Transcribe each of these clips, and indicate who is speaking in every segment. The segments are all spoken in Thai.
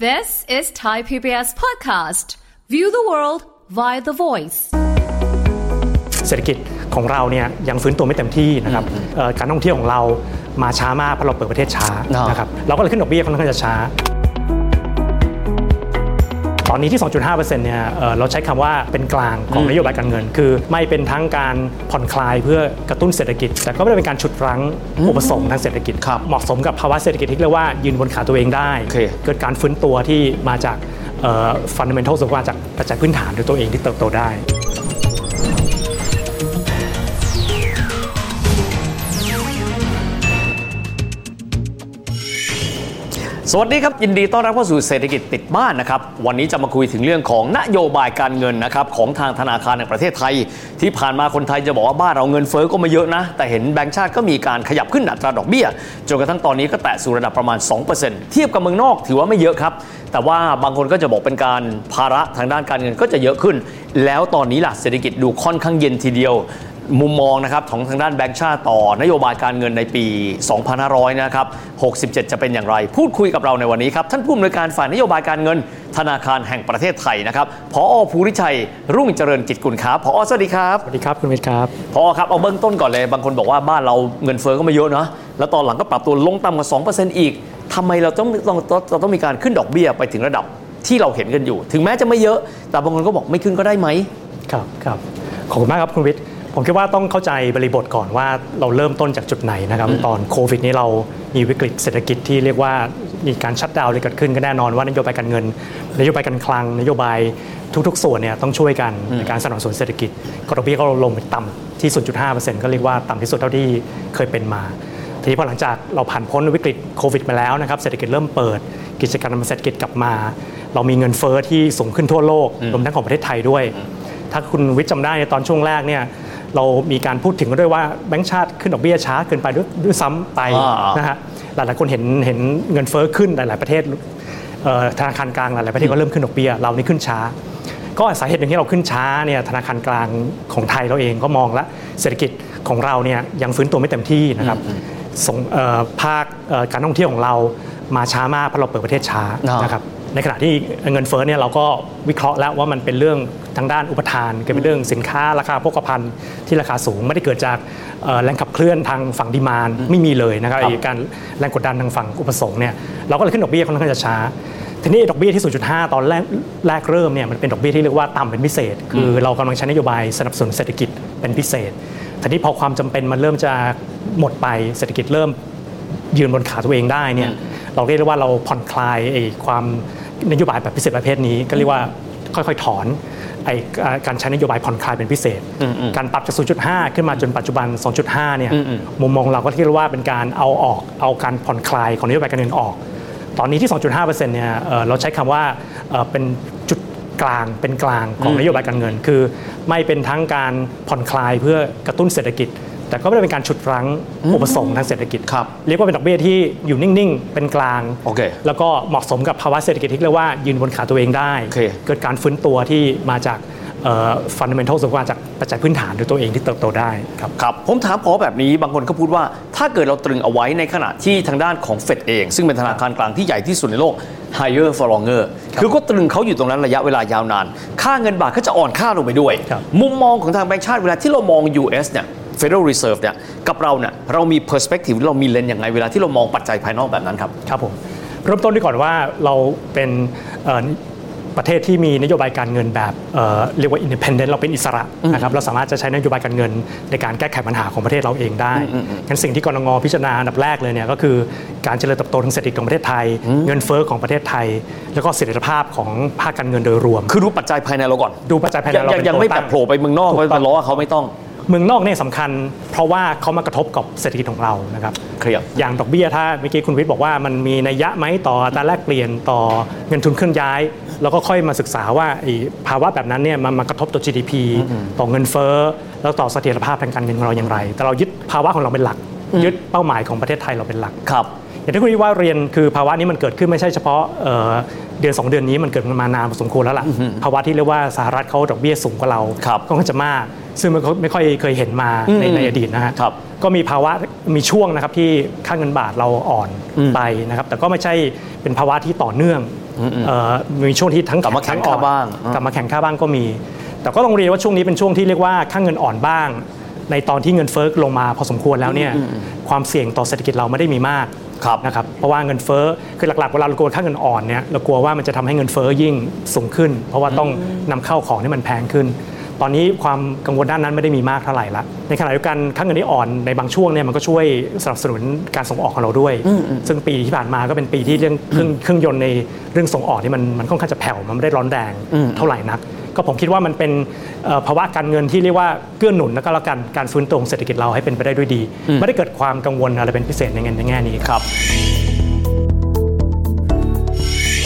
Speaker 1: This is Thai PBS Podcast. View the world via the voice.
Speaker 2: เศรษฐกิจของเราเนี่ยยังฟื้นตัวไม่เต็มที่นะครับเอ่อการท่องเที่ยวของเรามาช้ามากเพราะเราเปิดประเทศช้า
Speaker 3: เนอะ
Speaker 2: นะครับเราก็เลยขึ้นดอกเบี้ยค่อนข้างจะช้า ตอนนี้ที่ 2.5%เนี่ยเอ่อเราใช้คำว่าเป็นกลางของนโยบายการเงิน คือไม่เป็นทั้งการผ่อนคลายเพื่อกระตุ้นเศรษฐกิจ แต่ก็ไม่ได้เป็นการฉุดรั้งอุปสงค์ทางเศรษฐกิจ
Speaker 3: ครับ
Speaker 2: เหมาะสมกับภาวะเศรษฐกิจที่เรียกว่ายืนบนขาตัวเองได้
Speaker 3: โอเค
Speaker 2: เกิดการฟื้นตัวที่มาจากฟันเดเมนทัลสุขภาจากปัจจัยพื้นฐานด้วยตัวเองที่เติบโตได้
Speaker 3: สวัสดีครับ ยินดีต้อนรับเข้าสู่เศรษฐกิจติดบ้านนะครับ วันนี้จะมาคุยถึงเรื่องของนโยบายการเงินนะครับของทางธนาคารแห่งประเทศไทย ที่ผ่านมาคนไทยจะบอกว่าบ้านเราเงินเฟ้อก็ไมาเยอะนะ แต่เห็นแบงก์ชาติก็มีการขยับขึ้นอัตราดอกเบี้ยจนกระทั่งตอนนี้ก็แตะสู่ระดับประมาณ 2%เทียบกับเมืองนอกถือว่าไม่เยอะครับ แต่ว่าบางคนก็จะบอกเป็นการภาระทางด้านการเงินก็จะเยอะขึ้น แล้วตอนนี้ล่ะเศรษฐกิจดูค่อนข้างเย็นทีเดียว มุมมองนะครับของทางด้านแบงค์ชาติต่อนโยบายการเงินในปี 2500 นะครับ 67 จะเป็นอย่างไร พูดคุยกับเราในวันนี้ครับ ท่านผู้อำนวยการฝ่ายนโยบายการเงิน ธนาคารแห่งประเทศไทยนะครับพอภูริชัย รุ่งเจริญกิจกุลครับพอสวัสดีครับ
Speaker 2: สวัสดีครับคุณวิทย์ครับ
Speaker 3: พอครับเอาเบื้องต้นก่อนเลย บางคนบอกว่าบ้านเราเงินเฟ้อก็ไม่เยอะนะแล้วตอนหลังก็ปรับตัวลงต่ำกว่า 2%อีกทำไมเราต้องเราต้องเราต้องมีการขึ้นดอกเบี้ยไปถึงระดับที่เราเห็นกันอยู่ ถึงแม้จะไม่เยอะ แต่บางคนก็บอกไม่ขึ้นก็ได้ไหม
Speaker 2: ครับครับขอบคุณมากครับคุณวิทย์ผมคิดว่าต้องเข้าใจบริบทก่อนว่าเราเริ่มต้นจากจุดไหนนะครับ ตอนโควิดนี้เรามีวิกฤตเศรษฐกิจที่เรียกว่ามีการชัดดาวน์เลยเกิดขึ้นก็แน่นอนว่านโยบายการเงิน นโยบายการคลัง นโยบายทุกๆ ส่วนเนี่ยต้องช่วยกันในการสนับสนุนเศรษฐกิจก็ดอกเบี้ยก็ลงไปต่ำที่ 0.5%ก็เรียกว่าต่ำที่สุดเท่าที่เคยเป็นมา ทีนี้พอหลังจากเราผ่านพ้นวิกฤตโควิดมาแล้วนะครับเศรษฐกิจเริ่มเปิด กิจกรรมเศรษฐกิจกลับมา เรามีเงินเฟ้อที่สูงขึ้นทั่วโลกรวมทั้งของประเทศไทยด้วย ถ้าคุณวิทย์จำได้ในตอนช่วงแรกเนี่ยเรามีการพูดถึงกันด้วยว่าแบงก์ชาติขึ้นดอกเบี้ยช้าเกินไปด้วยด้วยซ้ำไป
Speaker 3: อ่าน
Speaker 2: นะฮะหลายหลายๆคนเห็นเห็นเงินเฟ้อขึ้นหลาย ๆ ประเทศเอ่อธนาคารกลางหลาย ๆ ประเทศก็เริ่มขึ้นดอกเบี้ยเรานี่ขึ้นช้า ก็สาเหตุหนึ่งที่เราขึ้นช้าเนี่ยธนาคารกลางของไทยเราเองก็มองและเศรษฐกิจของเราเนี่ยยังฟื้นตัวไม่เต็มที่นะครับส่งเอ่อภาคเอ่อการท่องเที่ยวของเรามาช้ามากเพราะเราเปิดประเทศช้า
Speaker 3: อ่าน
Speaker 2: นะครับ ในขณะที่เงินเฟ้อเนี่ยเราก็วิเคราะห์แล้วว่ามันเป็นเรื่องทางด้านอุปทานเกิดเป็นเรื่องสินค้าราคาโภคภัณฑ์ที่ราคาสูงไม่ได้เกิดจากเอ่อแรงขับเคลื่อนทางฝั่งดีมานไม่มีเลยนะครับ
Speaker 3: ครับ
Speaker 2: ไอ้การแรงกดดันทางฝั่งอุปสงค์เนี่ยเราก็เลยขึ้นดอกเบี้ยค่อนข้างจะช้า ทีนี้ดอกเบี้ยที่ 0.5 ตอนแรกแรกเริ่มเนี่ยมันเป็นดอกเบี้ยที่เรียกว่าต่ำเป็นพิเศษ คือเรากำลังใช้นโยบายสนับสนุนเศรษฐกิจเป็นพิเศษทีนี้พอความจำเป็นมันเริ่มจะหมดไปเศรษฐกิจเริ่ม ยืนบนขาตัวเองได้เนี่ยเราเรียกได้ว่าเราผ่อนคลายไอ้ความนโยบายแบบพิเศษประเภทนี้ก็เรียกว่าค่อยๆถอนไอ้อ่าการใช้นโยบายผ่อนคลายเป็นพิเศษ การปรับจาก 0.5 ขึ้นมาจนปัจจุบัน 2.5 เนี่ยมุมมองเราก็เรียกได้ว่าเป็นการเอาออกเอาการผ่อนคลายของนโยบายการเงินออก ตอนนี้ที่ 2.5%เนี่ยเอ่อเราใช้คำว่าเอ่อเป็นจุด กลางเป็นกลางของนโยบายการเงิน คือไม่เป็นทั้งการผ่อนคลายเพื่อกระตุ้นเศรษฐกิจ แต่ก็ไม่ได้เป็นการฉุดรั้งอุปสงค์ทางเศรษฐกิจ
Speaker 3: ครับ
Speaker 2: เรียกว่าเป็นดอกเบี้ยที่อยู่นิ่งๆ เป็นกลาง
Speaker 3: โอเค
Speaker 2: แล้วก็เหมาะสมกับภาวะเศรษฐกิจที่เรียกว่ายืนบนขาตัวเองได้
Speaker 3: โอเค
Speaker 2: เกิดการฟื้นตัวที่มาจากฟันเดเมนทัลสุขภาจากปัจจัยพื้นฐานด้วยตัวเองที่เติบโตได้ครับ
Speaker 3: ครับผมถามพอแบบนี้บางคนก็พูดว่า ถ้าเกิดเราตรึงเอาไว้ในขณะที่ทางด้านของเฟดเอง ซึ่งเป็นธนาคารกลางที่ใหญ่ที่สุดในโลก higher for longer คือก็ตรึงเขาอยู่ตรงนั้นระยะเวลายาวนาน ค่าเงินบาทก็จะอ่อนค่าลงไปด้วย
Speaker 2: ครับ
Speaker 3: มุมมองของทางแบงก์ชาติเวลาที่เรามอง US เนี่ย Federal Reserve เนี่ยกับเราเนี่ยเรามี perspective เรามีเลนส์ยังไงเวลาที่เรามองปัจจัยภายนอกแบบนั้นครับ
Speaker 2: ครับผมเริ่มต้นด้วยก่อนว่าเราเป็นเอ่อประเทศที่มีนโยบายการเงินแบบเอ่อเรียกว่า independent เราเป็นอิสระนะครับเราสามารถจะใช้นโยบายการเงินในการแก้ไขปัญหาของประเทศเราเองได้งั้นสิ่งที่กรงพิจารณาอันดับแรกเลยเนี่ยก็คือการเจริญเติบโตทางเศรษฐกิจของประเทศไทย เงินเฟ้อของประเทศไทย แล้วก็เสถียรภาพของภาคการเงินโดยรวม
Speaker 3: คือดูปัจจัยภายในเราก่อน
Speaker 2: ดูปัจจัยภายในเรา
Speaker 3: ยัง
Speaker 2: เป็น
Speaker 3: ยังไม่แบ
Speaker 2: ตัว
Speaker 3: บ
Speaker 2: ตั้ง
Speaker 3: โผล่ไปเมืองนอก
Speaker 2: ถูกต้อง
Speaker 3: ไปล้อเขาไม่ต้อง
Speaker 2: เมืองนอกเนี่ยสำคัญ เพราะว่าเขามากระทบกับเศรษฐกิจของเรานะครับ
Speaker 3: เคลียร์
Speaker 2: อย่างดอกเบี้ยถ้าเมื่อกี้คุณวิทย์บอกว่ามันมีนัยยะไหมต่ออัตราแลกเปลี่ยนต่อเงินทุนเคลื่อนย้าย แล้วก็ค่อยมาศึกษาว่าไอ้ภาวะแบบนั้นเนี่ยมันมากระทบต่อ GDP ต่อเงินเฟ้อแล้วต่อเสถียรภาพทางการเงินของเราอย่างไร แต่เรายึดภาวะของเราเป็นหลัก ยึดเป้าหมายของประเทศไทยเราเป็นหลัก
Speaker 3: ครับ
Speaker 2: อย่างที่คุณวิว่าเรียนคือภาวะนี้มันเกิดขึ้นไม่ใช่เฉพาะเอ่อเดือน 2 เดือนนี้มันเกิดมานานพอสมควรแล้วล่ะภาวะที่เรียกว่าสหรัฐเขาดอกเบี้ยสูงกว่าเรา
Speaker 3: ครับ
Speaker 2: ก็จะมาก ซึ่งมันก็ไม่ค่อยเคยเห็นมาใน
Speaker 3: อืม
Speaker 2: ในอดีตนะฮะ
Speaker 3: ครับ
Speaker 2: ก็มีภาวะมีช่วงนะครับที่ค่าเงินบาทเราอ่อนไปนะครับแต่ก็ไม่ใช่เป็นภาวะที่ต่อเนื่อง เอ่อมีช่วงที่ทั้ง
Speaker 3: กลับมาแข็งค่าบ้างอ่าก
Speaker 2: ลับมาแข็งค่าบ้างก็มี แต่ก็ต้องเรียนว่าช่วงนี้เป็นช่วงที่เรียกว่าค่าเงินอ่อนบ้าง ในตอนที่เงินเฟ้อลงมาพอสมควรแล้วเนี่ยความเสี่ยงต่อเศรษฐกิจเราไม่ได้มีมาก
Speaker 3: ครับ
Speaker 2: นะครับเพราะว่าเงินเฟ้อคือหลักๆเวลาเรากลัวค่าเงินอ่อนเนี่ยเรากลัวว่ามันจะทำให้เงินเฟ้อยิ่งสูงขึ้น เพราะว่าต้องนำเข้าของที่มันแพงขึ้น ตอนนี้ความกังวลด้านนั้นไม่ได้มีมากเท่าไหร่ละในขณะเดียวกันค่าเงินที่อ่อนในบางช่วงเนี่ยมันก็ช่วยสนับสนุนการส่งออกของเราด้วย ซึ่งปีที่ผ่านมาก็เป็นปีที่เรื่องเครื่องเครื่องยนต์ในเรื่องส่งออกที่มันมันค่อนข้างจะแผ่วมันไม่ได้ร้อนแรงเท่าไหร่นัก ก็ผมคิดว่ามันเป็นเอ่อภาวะการเงินที่เรียกว่าเกื้อหนุนแล้วก็แล้วกันการฟื้นตัวของเศรษฐกิจเราให้เป็นไปได้ด้วยดี ไม่ได้เกิดความกังวลอะไรเป็นพิเศษในเงินในแง่นี้ครับ
Speaker 3: ครับ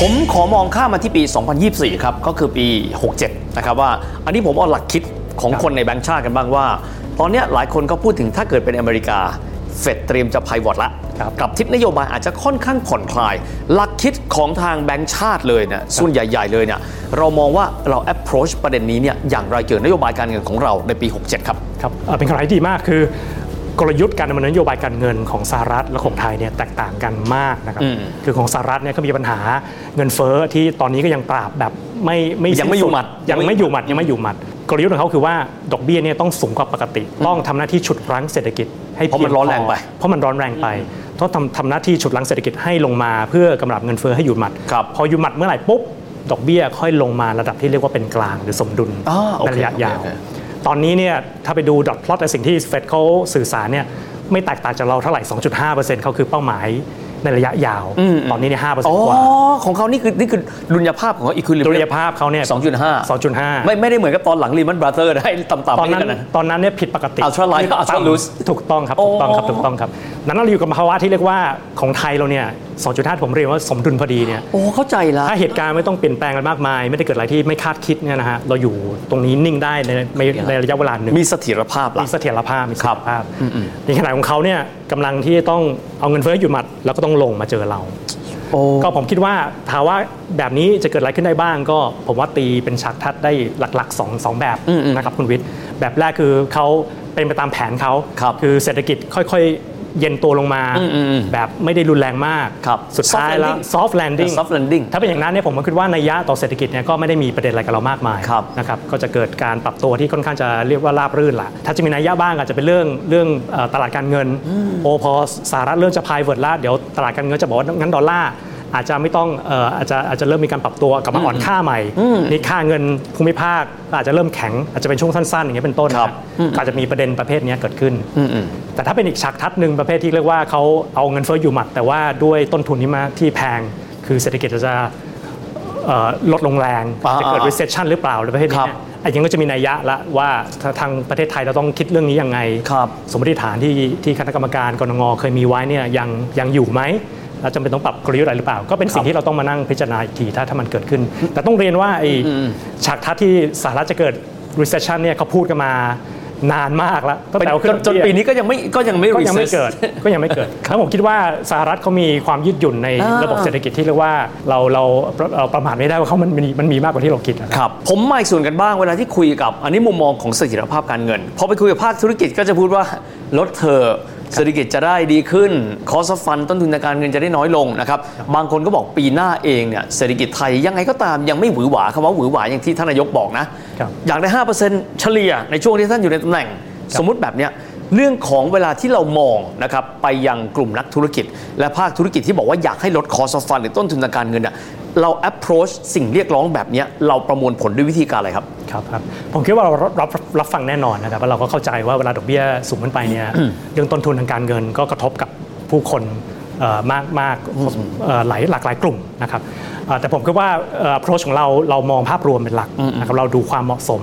Speaker 3: ผมขอมองข้ามมาที่ปี 2024 ครับ ก็คือปี 67 นะครับว่า อันนี้ผมเอาหลักคิดของคนในแบงก์ชาติกันบ้างว่า ตอนเนี้ยหลายคนก็พูดถึงถ้าเกิดเป็นอเมริกา เฟดเตรียมจะไพวอตละ
Speaker 2: ครับ
Speaker 3: กับทิศนโยบายอาจจะค่อนข้างผ่อนคลาย หลักคิดของทางแบงก์ชาติเลยเนี่ยส่วนใหญ่ ๆ เลยเนี่ยเรามองว่าเรา approach ประเด็นนี้เนี่ยอย่างไรเกี่ยวกับนโยบายการเงินของเราในปี 67 ครับ
Speaker 2: ครับเอ่อเป็นคำถามที่ดีมากคือกลยุทธ์การดำเนินนโยบายการเงินของสหรัฐและของไทยเนี่ยแตกต่างกันมากนะครับ
Speaker 3: อืม
Speaker 2: คือของสหรัฐเนี่ยก็มีปัญหาเงินเฟ้อที่ตอนนี้ก็ยังปราบแบบไม่ไม่
Speaker 3: ยังไม่อยู่หมัด
Speaker 2: ยังไม่อยู่หมัดยังไม่อยู่หมัด กลยุทธ์ของเขาคือว่าดอกเบี้ยเนี่ยต้องสูงกว่าปกติ ต้องทำหน้าที่ฉุดรั้งเศรษฐกิจให้
Speaker 3: เพราะมั
Speaker 2: พี
Speaker 3: น
Speaker 2: ย
Speaker 3: ร้อนแรง
Speaker 2: พ
Speaker 3: ไป
Speaker 2: เพราะมันร้อนแรงไปต้องทำทำหน้าที่ฉุดรั้งเศรษฐกิจให้ลงมาเพื่อกำลับเงินเฟ้อให้อยู่หมัด
Speaker 3: ครับ
Speaker 2: พออยู่หมัดเมื่อไหร่ปุ๊บดอกเบี้ยค่อยลงมาระดับที่เรียกว่าเป็นกลางหรือสมดุล
Speaker 3: อ่าโอ
Speaker 2: ใน
Speaker 3: เค
Speaker 2: ระยะยาว
Speaker 3: โอเค
Speaker 2: ตอนนี้เนี่ยถ้าไปดูดอทพลอตในสิ่งที่เฟดเขาสื่อสารเนี่ยไม่แตกต่างจากเราเท่าไหร่ 2.5%เขาคือเป้าหมายในระยะยาว ตอนนี้เนี่ย
Speaker 3: อ๋อ
Speaker 2: 5%กว่า
Speaker 3: ของเขานี่คือนี่คือดุลยภาพของเขาอีควิลิ
Speaker 2: ดุลยภาพเขาเนี่ย
Speaker 3: 2.5
Speaker 2: 2.5
Speaker 3: ไม่ไม่ได้เหมือนกับตอนหลัง l ีมันบราเ h อร์ได้ต่ำๆ
Speaker 2: ตอน
Speaker 3: ไม่
Speaker 2: นั้น
Speaker 3: ได้นะ
Speaker 2: ตอนนั้นเนี่ยผิดปกติ
Speaker 3: Ultra light
Speaker 2: ต่ำ
Speaker 3: Ultra loose
Speaker 2: ถูกต้องครับถูกต้องครับถูกต้องครับนั้นเราอยู่กับภาวะที่เรียกว่าของไทยเราเนี่ย 2.5ที่ผมเรียกว่าสมดุลพอดีเนี่ย
Speaker 3: โอ้เข้าใจละ
Speaker 2: ถ้าเหตุการณ์ไม่ต้องเปลี่ยนแปลงอะไรมากมาย ไม่ได้เกิดอะไรที่ไม่คาดคิดเนี่ยนะฮะเราอยู่ตรงนี้นิ่งได้ในในในระยะเวลาหนึ่ง
Speaker 3: มีเสถียรภาพละ
Speaker 2: มีเสถียรภาพมีเสถียรภาพในขณะของเขาเนี่ยกำลังที่ต้องเอาเงินเฟ้ออยู่หมัด แล้วก็ต้องลงมาเจอเรา
Speaker 3: โอ้
Speaker 2: ก็ผมคิดว่าถามว่าแบบนี้จะเกิดอะไรขึ้นได้บ้าง ก็ผมว่าตีเป็นฉากทัดได้หลักๆสองสองแบบนะครับคุณวิทย์แบบแรกคือเขาเป็นไปตามแผนเขา
Speaker 3: ครับ
Speaker 2: อเศรษฐกิจค่อยๆ เย็นตัวลงมา แบบไม่ได้รุนแรงมาก
Speaker 3: ครับ
Speaker 2: สุดท้ายแล้ว
Speaker 3: Soft landing
Speaker 2: soft landing
Speaker 3: soft landing
Speaker 2: ถ้าเป็นอย่างนั้นเนี่ยผมก็คิดว่าในยยะต่อเศรษฐกิจเนี่ยก็ไม่ได้มีประเด็นอะไรกับเรามากมาย
Speaker 3: ครับ
Speaker 2: นะครับก็จะเกิดการปรับตัวที่ค่อนข้างจะเรียกว่าราบรื่นละถ้าจะมีนัยยะบ้างอาจจะเป็นเรื่องเรื่องเอ่อตลาดการเงินโอพอสหรัฐเริ่มจะพายเวิร์ดละเดี๋ยวตลาดการเงินจะบอกว่างั้นดอลลาร์อาจจะไม่ต้องเอ่ออาจจะอาจจะเริ่มมีการปรับตัวกลับมาอ่อนค่าใหม่นี่ค่าเงินภูมิภาคก็อาจจะเริ่มแข็งอาจจะเป็นช่วงสั้นๆอย่างเงี้ยเป็นต้นนะครับ ก็อาจจะมีประเด็นประเภทเนี้ยเกิดขึ้น แต่ถ้าเป็นอีกฉากทัศน์หนึ่งประเภทที่เรียกว่าเขาเอาเงินเฟ้ออยู่หมัด แต่ว่าด้วยต้นทุนที่มาที่แพงคือเศรษฐกิจจะเอ่อลดลงแรง
Speaker 3: อ่า
Speaker 2: จะเกิด
Speaker 3: อ่า
Speaker 2: recession หรือเปล่าหรือประเภทนี้
Speaker 3: ครั
Speaker 2: เนี่
Speaker 3: บ
Speaker 2: ยอันนี้ก็จะมีนัยยะละว่าทาทางประเทศไทยเราต้องคิดเรื่องนี้ยังไง
Speaker 3: ครับ
Speaker 2: สมมติฐานที่ที่คณะกรรมการกรงเคยมีไว้เนี่ยยังยังอยู่ไหมเราจำเป็นต้องปรับกลยุทธ์อะไรหรือเปล่า ก็เป็นสิ่งที่เราต้องมานั่งพิจารณาอีกทีถ้าถ้ามันเกิดขึ้น แต่ต้องเรียนว่าไอ้ฉากทัศน์ที่สหรัฐจะเกิด recession เนี่ยเขาพูดกันมานานมากแล้วตั้ง
Speaker 3: เป็น
Speaker 2: แต่เอาขึ้
Speaker 3: จน
Speaker 2: ดอก
Speaker 3: จน
Speaker 2: เบี้ย
Speaker 3: ปีนี้ก็ยังไม่ก็ยังไม่
Speaker 2: ก็ยังไม่
Speaker 3: recess
Speaker 2: เกิด ก็ยังไม่เกิดแล้วผมคิดว่าสหรัฐเขามีความยืดหยุ่นใน
Speaker 3: อ่า
Speaker 2: ระบบเศรษฐกิจที่เรียกว่าเราเราเราประมาทไม่ได้ว่าเขามันมีมันมีมากกว่าที่เราคิดนะครับ
Speaker 3: ครับผมมาอีกส่วนกันบ้างเวลาที่คุยกับอันนี้มุมมองของเสถียรภาพการเงินพอไปคุยกับภาคธุรกิจก็จะพูดว่าลดเธอะเศรษฐกิจจะได้ดีขึ้นคอสฟันต้นทุนทางการเงินจะได้น้อยลงนะครับบางคนก็บอกปีหน้าเองเนี่ยเศรษฐกิจไทยยังไงก็ตามยังไม่หวือหวาคำว่าหวือหวาอย่างที่ท่านนายกบอกนะ
Speaker 2: ครับ
Speaker 3: อยากได้ 5%เฉลี่ยในช่วงที่ท่านอยู่ในตำแหน่ง สมมุติแบบเนี้ยเรื่องของเวลาที่เรามองนะครับไปยังกลุ่มนักธุรกิจ และภาคธุรกิจที่บอกว่าอยากให้ลดคอสฟันหรือต้นทุนทางการเงินน่ะเรา approach สิ่งเรียกร้องแบบเนี้ยเราประมวลผลด้วยวิธีการอะไรครับ
Speaker 2: ครับครับผมคิดว่าเรารับรับรับฟังแน่นอนนะครับว่าเราก็เข้าใจว่าเวลาดอกเบี้ยสูงขึ้นไปเนี่ยเรื่องต้นทุนทางการเงินก็กระทบกับผู้คนเอ่อมากมากเอ่อหลายหลากหลายกลุ่มนะครับเอ่อแต่ผมคิดว่าเอ่อ approach ของเราเรามองภาพรวมเป็นหลักนะครับเราดูความเหมาะสม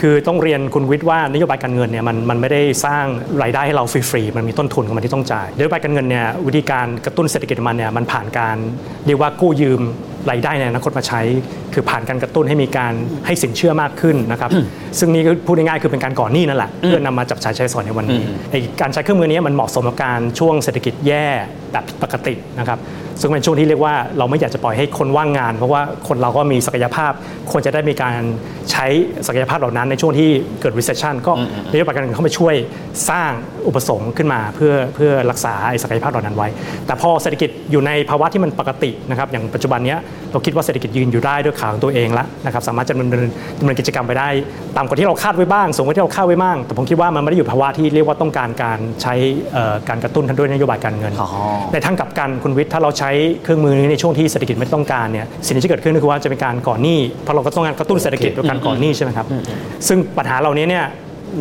Speaker 2: คือต้องเรียนคุณวิทย์ว่านโยบายการเงินเนี่ยมันมันไม่ได้สร้างรายได้ให้เราฟรีๆมันมีต้นทุนของมันที่ต้องจ่ายนโยบายการเงินเนี่ยวิธีการกระตุ้นเศรษฐกิจของมันเนี่ยมันผ่านการเรียกว่ากู้ยืมรายได้ในอนาคตมาใช้ คือผ่านการกระตุ้นให้มีการให้สินเชื่อมากขึ้นนะครับ ซึ่งนี่ก็พูดง่ายๆคือเป็นการก่อนหนี้นั่นแหละเพื่อนำมาจับใช้ใช้สอยในวันนี้ไอ้การใช้เครื่องมือนี้มันเหมาะสมกับการช่วงเศรษฐกิจแย่แบบผิดปกตินะครับ ซึ่งเป็นช่วงที่เรียกว่าเราไม่อยากจะปล่อยให้คนว่างงาน เพราะว่าคนเราก็มีศักยภาพ ควรจะได้มีการใช้ศักยภาพเหล่านั้นในช่วงที่เกิด recession ก็นโยบายการเงินเข้ามาช่วยสร้างอุปสงค์ขึ้นมาเพื่อเพื่อรักษาไอ้ศักยภาพเหล่านั้นไว้ แต่พอเศรษฐกิจอยู่ในภาวะที่มันปกตินะครับอย่างปัจจุบันเนี้ยเราคิดว่าเศรษฐกิจยืนอยู่ได้ด้วยขาของตัวเองแล้วนะครับสามารถจะดำเนินดำเนินกิจกรรมไปได้ตามกว่าที่เราคาดไว้บ้างสูงกว่าที่เราคาดไว้บ้าง แต่ผมคิดว่ามันไม่ได้อยู่ภาวะที่เรียกว่าต้องการการใช้เอ่อการกระตุ้นทันด้วยนโยบายการเงิน
Speaker 3: อ๋อ
Speaker 2: ในทางกลับกันคุณวิทย์ถ้าเราใช้เครื่องมือนี้ในช่วงที่เศรษฐกิจไม่ต้องการเนี่ยสิ่งที่จะเกิดขึ้นก็คือว่าจะเป็นการก่อหนี้เพราะเราก็ต้องการกระตุ้นเศรษฐกิจด้วยการก่อหนี้ใช่ไหมครับซึ่งปัญหาเหล่านี้เนี่ย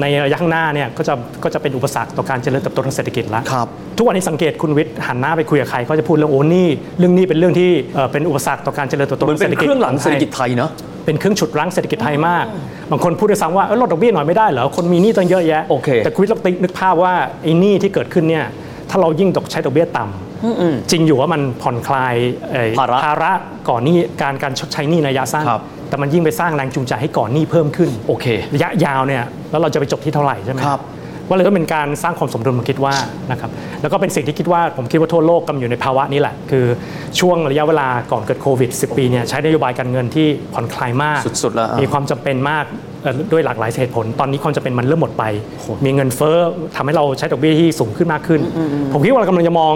Speaker 2: ในระยะข้างหน้าเนี่ยก็จะก็จะเป็นอุปสรรคต่อการเจริญเติบโตทางเศรษฐกิจละ
Speaker 3: ครับ
Speaker 2: ทุกวันนี้สังเกตคุณวิทย์หันหน้าไปคุยกับใครก็จะพูดเรื่องโอ้หนี้เรื่องหนี้เป็นเรื่องที่เอ่อเป็นอุปสรรคต่อการเจริญเติบโต
Speaker 3: เหมือน
Speaker 2: ทางเศร
Speaker 3: เป็น
Speaker 2: ษฐ
Speaker 3: เค
Speaker 2: กิจ
Speaker 3: รื่องหลังเศรษฐกิจไทยเนอะ
Speaker 2: เป็นเครื่องฉุดรั้งเศรษฐกิจไทยมาก บางคนพูดด้วยซ้ำว่าเอ้ยลดดอกเบี้ยหน่อยไม่ได้เหรอ คนมีหนี้ตั้งเยอะแยะ
Speaker 3: โอเค
Speaker 2: แต่คุณวิทย์ลองติ๊กนึกภาพว่าไอ้หนี้ที่เกิดขึ้นเนี่ย ถ้าเรายิ่งตกใช้ดอกเบี้ยต่ำจริงอยู่ว่ามันผ่อนคลายเอ่ย
Speaker 3: ภาระ
Speaker 2: ภาระก่อนหนี้การการชดใช้หนี้ในระยะสั้น
Speaker 3: ครับ
Speaker 2: แต่มันยิ่งไปสร้างแรงจูงใจให้ก่อนหนี้เพิ่มขึ้น
Speaker 3: โอเค
Speaker 2: ระยะยาวเนี่ยแล้วเราจะไปจบที่เท่าไหร่ใช่ไหม
Speaker 3: ครับ
Speaker 2: ว่าเลยก็เป็นการสร้างความสมดุลผมคิดว่านะครับแล้วก็เป็นสิ่งที่คิดว่าผมคิดว่าทั่วโลกกำลังอยู่ในภาวะนี้แหละ คือช่วงระยะเวลาก่อนเกิดโควิด 10 ปีเนี่ยใช้นโยบายการเงินที่ผ่อนคลายมาก
Speaker 3: สุดๆแล้วอ่ะ
Speaker 2: มีความจำเป็นมากเอ่อด้วยหลากหลายเหตุผล ตอนนี้ความจำเป็นมันเริ่มหมดไป มีเงินเฟ้อทำให้เราใช้ดอกเบี้ยที่สูงขึ้นมากขึ้น ผมคิดว่าเรากำลังจะมอง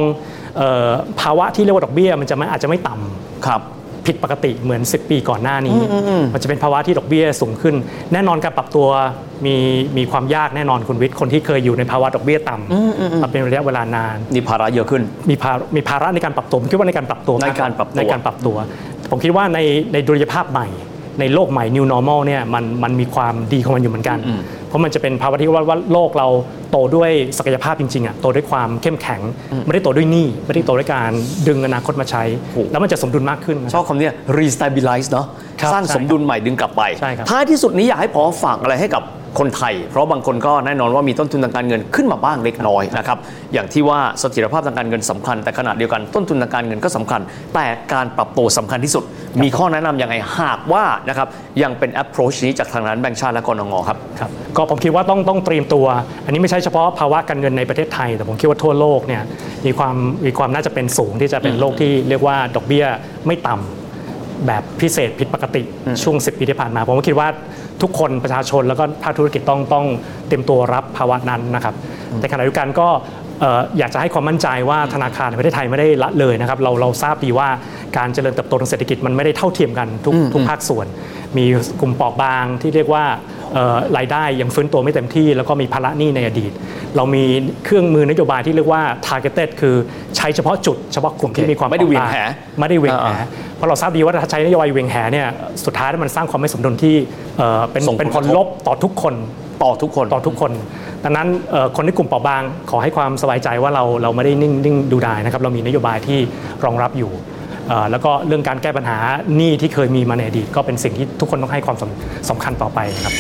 Speaker 2: เอ่อภาวะที่เรียกว่าดอกเบี้ยมันจะไม่อาจจะไม่ต่ำ
Speaker 3: ครับ
Speaker 2: ผิดปกติเหมือน 10 ปีก่อนหน้านี้ มันจะเป็นภาวะที่ดอกเบี้ยสูงขึ้น แน่นอนการปรับตัวมีมีความยากแน่นอนคุณวิทย์คนที่เคยอยู่ในภาวะดอกเบี้ยต่ำมาเป็นระยะเวลานาน
Speaker 3: นี่ภาระเยอะขึ้น
Speaker 2: มีภาระมีภาระในการปรับตัวผมคิดว่าในการปรับตัว
Speaker 3: ในการปรับตัว
Speaker 2: ในการปรับตัว ผมคิดว่าในในดุลยภาพใหม่ ในโลกใหม่ new normal เนี่ยมันมันมีความดีของมันอยู่เหมือนกัน เพราะมันจะเป็นภาวะที่ว่าว่าโลกเราโตด้วยศักยภาพจริงๆอ่ะโตด้วยความเข้มแข็ง ไม่ได้โตด้วยหนี้ไม่ได้โตด้วยการดึงอนาคตมาใช้ แล้วมันจะสมดุลมากขึ้นนะ
Speaker 3: ชอบคำเนี้ย restabilize เนาะ
Speaker 2: ครับ
Speaker 3: สร้าง
Speaker 2: ใช่
Speaker 3: สมดุลใหม่ดึงกลับไป
Speaker 2: ใช่ครับ
Speaker 3: ท้ายที่สุดนี้อยากให้พอฝากอะไรให้กับคนไทย เพราะบางคนก็แน่นอนว่ามีต้นทุนทางการเงินขึ้นมาบ้างเล็กน้อยนะครับอย่างที่ว่าเสถิรภาพทางการเงินสำคัญ แต่ขณะเดียวกันต้นทุนทางการเงินก็สำคัญ แต่การปรับตัวสำคัญที่สุด มีข้อแนะนำยังไงหากว่านะครับยังเป็น approach นี้จากทางร้านแบงก์ชาติและกรงครับ
Speaker 2: ครับก็ผมคิดว่าต้องต้องเตรียมตัว อันนี้ไม่ใช่เฉพาะภาวะการเงินในประเทศไทย แต่ผมคิดว่าทั่วโลกเนี่ยมีความมีความน่าจะเป็นสูงที่จะเป็นโลกที่เรียกว่าดอกเบี้ยไม่ต่ำแบบพิเศษผิดปกติช่วง 10 ปีที่ผ่านมา ผมก็คิดว่าทุกคนประชาชนแล้วก็ภาคธุรกิจต้องต้องเตรียมตัวรับภาวะนั้นนะครับแต่ขณะเดียวกันก็เอ่ออยากจะให้ความมั่นใจว่าธนาคารในประเทศไทยไม่ได้ละเลยนะครับเราเราทราบดีว่าการเจริญเติบโตทางเศรษฐกิจมันไม่ได้เท่าเทียมกันทุกทุกภาคส่วน มีกลุ่มเปราะบางที่เรียกว่า เอ่อรายได้ยังฟื้นตัวไม่เต็มที่ แล้วก็มีภาระหนี้ในอดีต เรามีเครื่องมือนโยบายที่เรียกว่า targeted คือใช้เฉพาะจุดเฉพาะกลุ่มที่มีความ
Speaker 3: ไม่ได้
Speaker 2: ปราะ
Speaker 3: เหวี่ยงแห
Speaker 2: บางไม่ได้เหวียงแห
Speaker 3: อ่า
Speaker 2: เพราะเราทราบดีว่าถ้าใช้นโยบายเหวียงแหเนี่ยสุดท้ายแล้วมันสร้างความไม่สมดุลที่เอ่อเป็น
Speaker 3: ส่งผล
Speaker 2: เป็นผล
Speaker 3: กระทบ
Speaker 2: ลบต่อทุกคน
Speaker 3: ต่อทุกคน
Speaker 2: ต่อทุกคน ดังนั้นเอ่อคนที่กลุ่มเปราะบางขอให้ความสบายใจว่าเราเราไม่ได้นิ่งนิ่งดูดายนะครับ เรามีนโยบายที่รองรับอยู่เอ่อแล้วก็เรื่องการแก้ปัญหาหนี้ที่เคยมีมาในอดีตก็เป็นสิ่งที่ทุกคนต้องให้ความสำสำคัญต่อไปนะครับ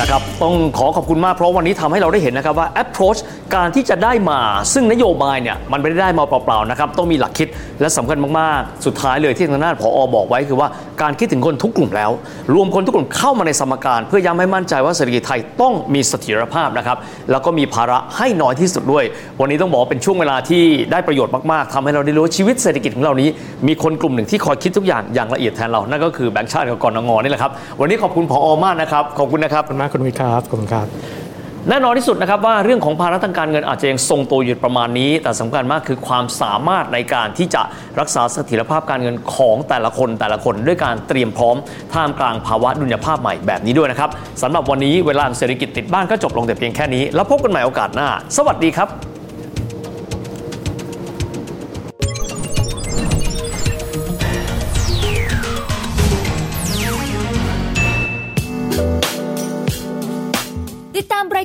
Speaker 3: นะครับต้องขอขอบคุณมากเพราะวันนี้ทำให้เราได้เห็นนะครับว่า approach การที่จะได้มาซึ่งนโยบายเนี่ยมันไม่ได้ได้มาเปล่าๆนะครับต้องมีหลักคิดและสำคัญมากๆ สุดท้ายเลยที่ทางด้านผออบอกไว้คือว่าการคิดถึงคนทุกกลุ่มแล้ว รวมคนทุกกลุ่มเข้ามาในสมการ เพื่อย้ำให้มั่นใจว่าเศรษฐกิจไทยต้องมีเสถียรภาพนะครับแล้วก็มีภาระให้น้อยที่สุดด้วย วันนี้ต้องบอกว่าเป็นช่วงเวลาที่ได้ประโยชน์มากๆทำให้เราได้รู้ว่าชีวิตเศรษฐกิจของเรานี้ มีคนกลุ่มหนึ่งที่คอยคิดทุกอย่างอย่างละเอียดแทนเรานั่นก็คือแบงก์ชาติกับกรงนี่แหละครับวันนี้ขอบคุณผอมากนะครับขอบคุณนะครับ
Speaker 2: ขอบคุณมากคุณวิทย์ครับขอบคุณครับ
Speaker 3: แน่นอนที่สุดนะครับว่าเรื่องของภาระทางการเงินอาจจะยังทรงตัวอยู่ประมาณนี้ แต่สำคัญมากคือความสามารถในการที่จะรักษาเสถียรภาพการเงินของแต่ละคนแต่ละคนด้วยการเตรียมพร้อมท่ามกลางภาวะดุลยภาพใหม่แบบนี้ด้วยนะครับสำหรับวันนี้เวลาเศรษฐกิจติดบ้านก็จบลงแต่เพียงแค่นี้ แล้วพบกันใหม่โอกาสหน้า สวัสดีครับ
Speaker 4: ติดตามรา